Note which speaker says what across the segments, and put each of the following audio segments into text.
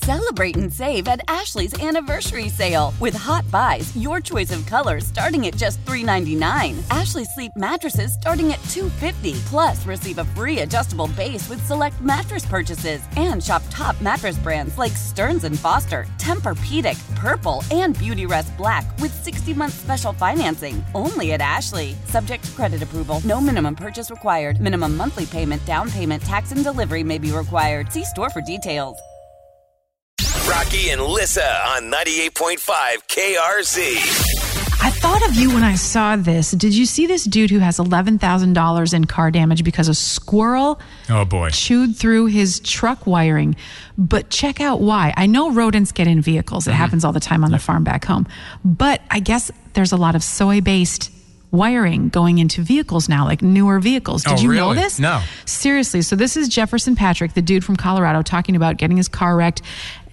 Speaker 1: Celebrate and save at Ashley's anniversary sale with hot buys, your choice of colors starting at just $3.99. Ashley Sleep mattresses starting at $2.50. Plus, receive a free adjustable base with select mattress purchases and shop top mattress brands like Stearns and Foster, Tempur-Pedic, Purple, and Beautyrest Black with 60-month special financing only at Ashley. Subject to credit approval, no minimum purchase required. Minimum monthly payment, down payment, tax, and delivery may be required. See store for details.
Speaker 2: Rocky and Lissa on 98.5 KRZ.
Speaker 3: I thought of you when I saw this. Did you see this dude who has $11,000 in car damage because a squirrel
Speaker 4: Oh boy.
Speaker 3: chewed through his truck wiring? But check out why. I know rodents get in vehicles,
Speaker 4: Mm-hmm.
Speaker 3: it happens all the time on the farm back home. But I guess there's a lot of soy based wiring going into vehicles now, like newer vehicles. Did
Speaker 4: Oh,
Speaker 3: you know
Speaker 4: really?
Speaker 3: this?
Speaker 4: No.
Speaker 3: Seriously. So this is Jefferson Patrick, the dude from Colorado, talking about getting his car wrecked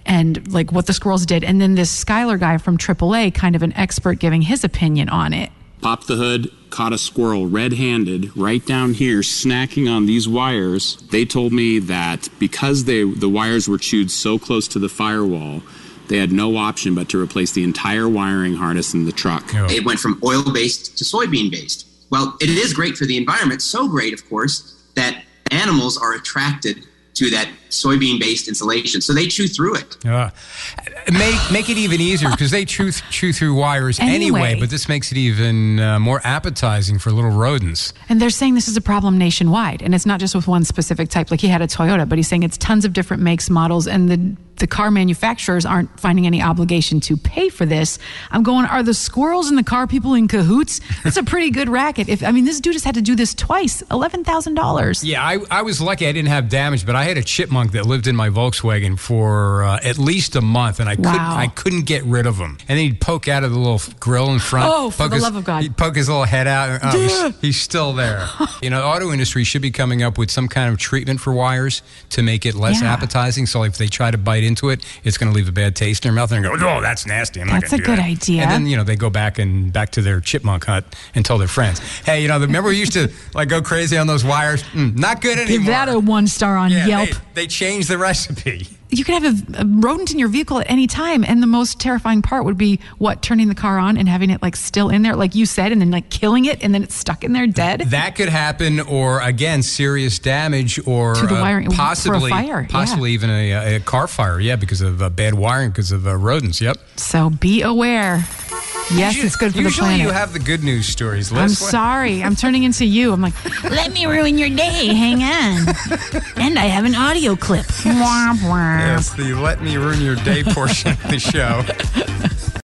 Speaker 3: and like what the squirrels did. And then this Skylar guy from AAA, kind of an expert, giving his opinion on it.
Speaker 5: popped the hood, caught a squirrel red handed right down here, snacking on these wires. They told me that because they, the wires were chewed so close to the firewall, they had no option but to replace the entire wiring harness in the truck.
Speaker 6: It went from oil based to soybean based. Well, it is great for the environment, so great, of course, that animals are attracted to that soybean based insulation. So they chew through it.
Speaker 4: Uh, make make it even easier because they chew chew through wires anyway.
Speaker 3: Anyway.
Speaker 4: But this makes it even uh, more appetizing for little rodents.
Speaker 3: And they're saying this is a problem nationwide, and it's not just with one specific type. Like he had a Toyota, but he's saying it's tons of different makes, models, and the the car manufacturers aren't finding any obligation to pay for this. I'm going, are the squirrels and the car people in cahoots? That's a pretty good racket. If I mean, this dude has had to do this twice, eleven thousand dollars.
Speaker 4: Yeah, I, I was lucky I didn't have damage, but I had a chipmunk that lived in my Volkswagen for uh, at least a month, and I couldn't
Speaker 3: Wow.
Speaker 4: I couldn't get rid of him. And then he'd poke out of the little grill in front.
Speaker 3: Oh, for
Speaker 4: poke
Speaker 3: the
Speaker 4: his-
Speaker 3: love of God.
Speaker 4: He'd poke his little head out. and, oh, he's, he's still there. you know, the auto industry should be coming up with some kind of treatment for wires to make it less
Speaker 3: Yeah.
Speaker 4: appetizing. So if they try to bite into it, it's going to leave a bad taste in their mouth, and they go, "Oh, that's nasty." I'm not
Speaker 3: That's
Speaker 4: gonna
Speaker 3: a
Speaker 4: do
Speaker 3: good
Speaker 4: that."
Speaker 3: idea.
Speaker 4: And then you know they go back and back to their chipmunk hut and tell their friends, "Hey, you know, remember we used to like go crazy on those wires? Mm, not good anymore."
Speaker 3: Give that a one star on
Speaker 4: Yeah,
Speaker 3: Yelp.
Speaker 4: They, they changed the recipe.
Speaker 3: you could have a, a rodent in your vehicle at any time, and the most terrifying part would be what turning the car on and having it like still in there, like you said, and then like killing it, and then it's stuck in there dead.
Speaker 4: That could happen, or again, serious damage, or uh,
Speaker 3: To the wiring- for a
Speaker 4: possibly,
Speaker 3: fire, yeah.
Speaker 4: possibly even a, a car fire. Yeah, because of uh, bad wiring, because of uh, rodents. Yep.
Speaker 3: So be aware. Yes,
Speaker 4: Usu-
Speaker 3: it's good for the
Speaker 4: usually
Speaker 3: planet.
Speaker 4: you have the good news stories.
Speaker 3: I'm
Speaker 4: Liz. What-
Speaker 3: sorry. I'm turning into you. I'm like, let me ruin your day. Hang on. And I have an audio clip. Womp womp.
Speaker 4: Yes, the let me ruin your day portion of the show.
Speaker 7: Hmm,